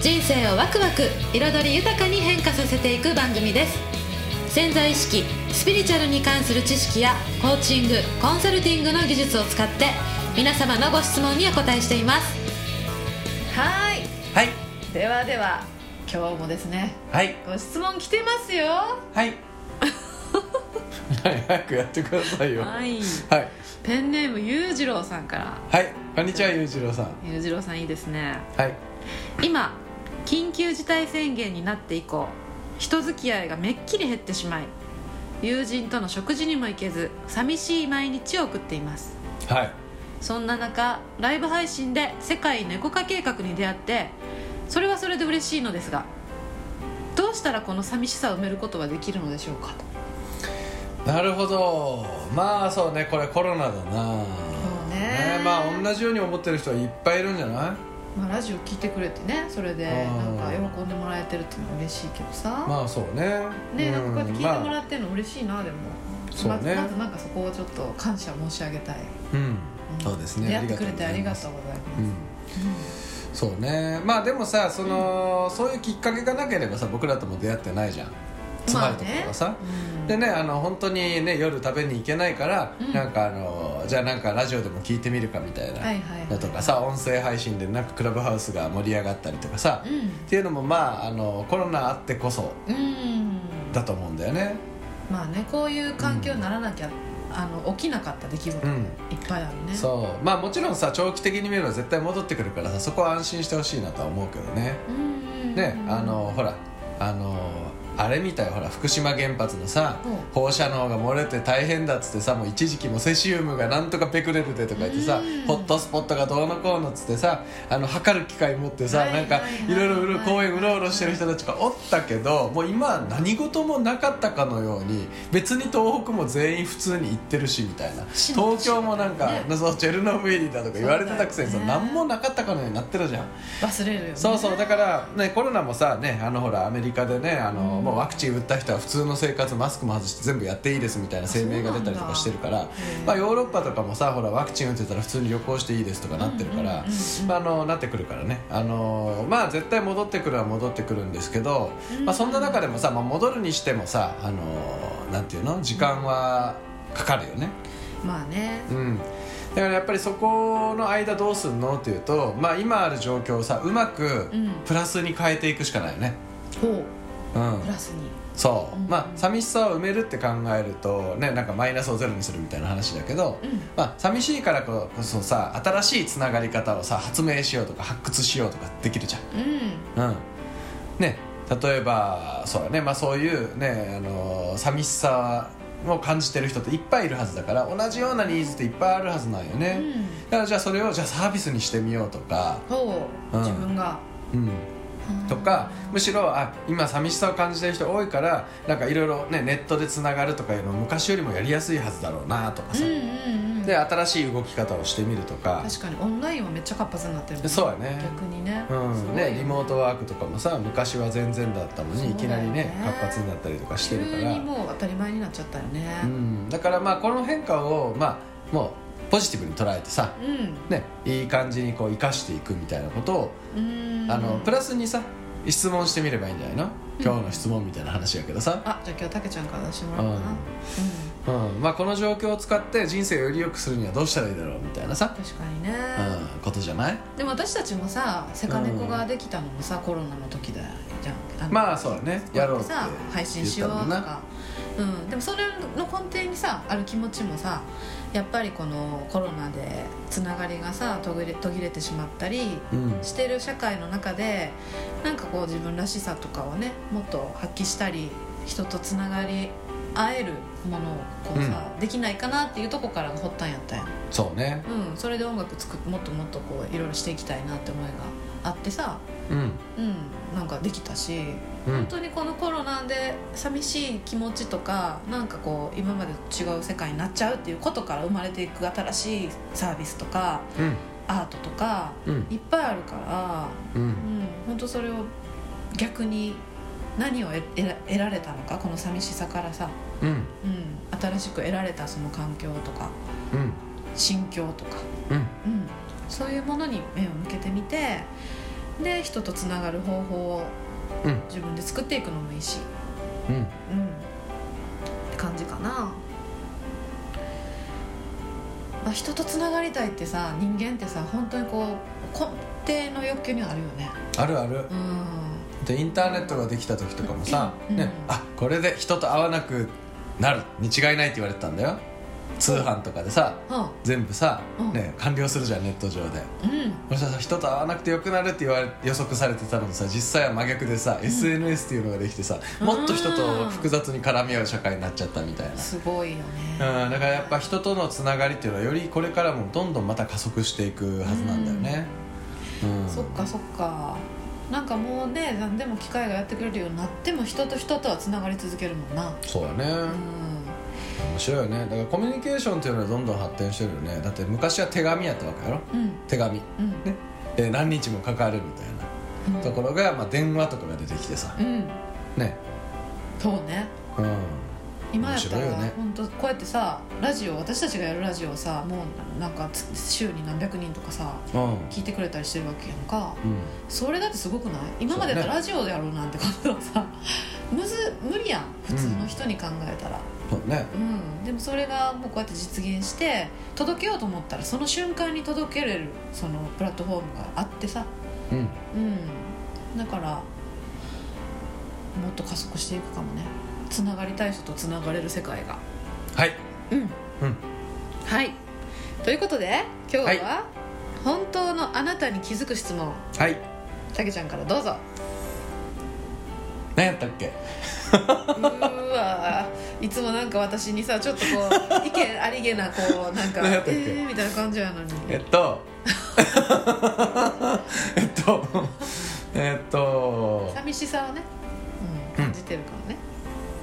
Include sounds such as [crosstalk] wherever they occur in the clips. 人生をワクワク彩り豊かに変化させていく番組です潜在意識スピリチュアルに関する知識やコーチングコンサルティングの技術を使って皆様のご質問にお答えしていますはいはいではでは今日もですねはいご質問来てますよはいはい早くやってくださいよはいはいはい、ペンネーム裕次郎さんからこんにちはゆうじろうさん裕次郎さんいいですねはい今緊急事態宣言になって以降人付き合いがめっきり減ってしまい友人との食事にも行けず寂しい毎日を送っていますはいそんな中ライブ配信で世界猫化計画に出会ってそれはそれで嬉しいのですがどうしたらこの寂しさを埋めることはできるのでしょうかとなるほどまあそうねこれコロナだなうねまあ同じように思ってる人はいっぱいいるんじゃないまあ、ラジオ聞いてくれてねそれでうんなんか喜んでもらえてるっていうのは嬉しいけどさ、まあそうねねなんかこうやって聞いてもまらあってるの嬉しいなでも、そうまずねまずなんかそこをちょっと感謝申し上げたい、うんんそうですね出会ってくれてありがうとうございまごすざいますうんそうねまあでもさその、そういうきっかけがなければさ僕らとも出会ってないじゃん詰まるところがさ、うんでねあの本当にね夜食べに行けないから、うんなんかあのじゃあなんかラジオでも聞いてみるかみたいはいなはいはいのとかさ、音声配信でなんかクラブハウスが盛り上がったりとかさ、うっんていうのもまああのコロナあってこそうんだと思うんだよねまあねこういう環境にならなきゃ、あの起きなかった出来事ういっんぱいあるね、そうまあもちろんさ長期的に見れば絶対戻ってくるからさそこは安心してほしいなとは思うけどねうんねあのほらあのあれみたいほら福島原発のさうん放射能が漏れて大変だっつってさもう一時期もセシウムがなんとかペクレルでとか言ってさうんホットスポットがどうのこうのっつってさあの測る機械持ってさはいはないんかいろいろうろはい公園うろうろしてる人たちがおったけどもう今は何事もなかったかのように別に東北も全員普通に行ってるしみたいなしも東京もなんかねそうチェルノブイリだとか言われてたくせにそさうだよね何もなかったかのようになってるじゃん。忘れるよねそうそうだから、ね、コロナもさ、ね、あのほらアメリカでねあの、うんもうワクチン打った人は普通の生活マスクも外して全部やっていいですみたいな声明が出たりとかしてるからーまあ、ヨーロッパとかもさほらワクチン打ってたら普通に旅行していいですとかなってるから、うんうんうんうんまあ、あのなってくるからねあの、まあ、絶対戻ってくるは戻ってくるんですけど、うんまあ、そんな中でもさ、まあ、戻るにしてもさあのなんていうの時間はかかるよね。まあねうん、だからやっぱりそこの間どうすんのっていうと、まあ、今ある状況をさうまくうんプラスに変えていくしかないよね、ほううんプ、ラスにそう、うんまあ寂しさを埋めるって考えるとねなんかマイナスをゼロにするみたいな話だけど、うんまあ、寂しいからこそさ新しいつながり方をさ発明しようとか発掘しようとかできるじゃんうんうん、ね例えばそうだね、まあ、そういうねあのー寂しさを感じてる人っていっぱいいるはずだから同じようなニーズっていっぱいあるはずなんよね、うんだからじゃあそれをじゃあサービスにしてみようとか、ほう、うん自分がうん、とかむしろあ今寂しさを感じてる人多いからなんかいろいろねネットでつながるとかいうのを昔よりもやりやすいはずだろうなとかうんさ、うんうんで新しい動き方をしてみるとか確かにオンラインはめっちゃ活発になってるもんねそうやね逆にね,すごいよ、うんね、リモートワークとかもさ昔は全然だったのにいきなりねそうだよね活発になったりとかしてるか急にら、もう当たり前になっちゃったよねうん、だからまあこの変化を、まあ、もうポジティブに捉えてさ、うんね、いい感じにこう生かしていくみたいなことを、うんあのプララスにさ質問してみればいいんじゃないの今日の質問みたいな話やけどさ、あじゃあ今日たけちゃんから出してもらおうかな、ううんん、うんまあ、この状況を使って人生をより良くするにはどうしたらいいだろうみたいなさ、確かにね、うん、ことじゃないでも私たちもさセカネコができたのもさ、コロナの時だじゃんのまあそうだねやろうってさ配信しようと言ったか、うん、でもそれの根底にさある気持ちもさやっぱりこのコロナでつながりがさ途切れ途切れてしまったりうんしてる社会の中でなんかこう自分らしさとかをねもっと発揮したり人とつながり合えるものをこうさ、できないかなっていうとこからが発端やったやん、そうねうん、それで音楽作ってもっともっとこういろいろしていきたいなって思いがあってさ、うんうん、なんかできたしう本ん当にこのコロナで寂しい気持ちとかなんかこう今までと違う世界になっちゃうっていうことから生まれていく新しいサービスとかうんアートとかうんいっぱいあるから、うんうん、本当それを逆に何を得得ら得られたのかこの寂しさからさ、うんうん、新しく得られたその環境とかうん心境とか、うんうん、そういうものに目を向けてみてで人とつながる方法をうん自分で作っていくのもいいし、うんうん、って感じかな、まあ、人とつながりたいってさ人間ってさ本当にこう根底の欲求にはあるよねあるあるうんでインターネットができた時とかもさ、うんね、あこれで人と会わなくなるに違いないって言われてたんだよ通販とかでさは全部さうん、ね、完了するじゃんネット上であうそんしたらさ人と会わなくてよくなるって言われ予測されてたのにさ実際は真逆でさ、SNS っていうのができてさうんもっと人と複雑に絡み合う社会になっちゃったみたいなすごいよねうん、だからやっぱ人とのつながりっていうのはよりこれからもどんどんまた加速していくはずなんだよね、うんそっかそっかなんかもうね何でも機械がやってくれるようになっても人と人とはつながり続けるもんなそうだね、う面白いよねだからコミュニケーションっていうのはどんどん発展してるよねだって昔は手紙やったわけやろんうん手紙うんで何日もかかるみたいうんなところが、まあ、電話とかが出てきてさうんねそうねうん今やった面白いらよね本当こうやってさラジオ私たちがやるラジオをさもうなんかつ週に何百人とかさうんうん聞いてくれたりしてるわけやんかそれだってすごくない今までやったらラジオでやろうなんてことはさむず無理やん普通の人に考えたら、そうねうん、でもそれがもうこうやって実現して届けようと思ったらその瞬間に届けれるそのプラットフォームがあってさ、うんうん、だからもっと加速していくかもねつながりたい人とつながれる世界がはいうん、うんはいということで今日は、はい本当のあなたに気づく質問はいたけちゃんからどうぞ何やったっけうーわいつもなんか私にさちょっとこ [laughs] う意見ありげなこうなんか何やったっえけーみたいな感じやのにえっと [laughs] えっとえっと寂しさはね、うん、感じてるからね、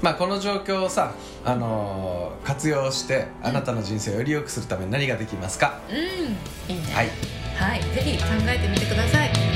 まあこの状況をさ、あのー活用してあなたの人生をより良くするために何ができますか、うんいいねはいはい、ぜひ考えてみてください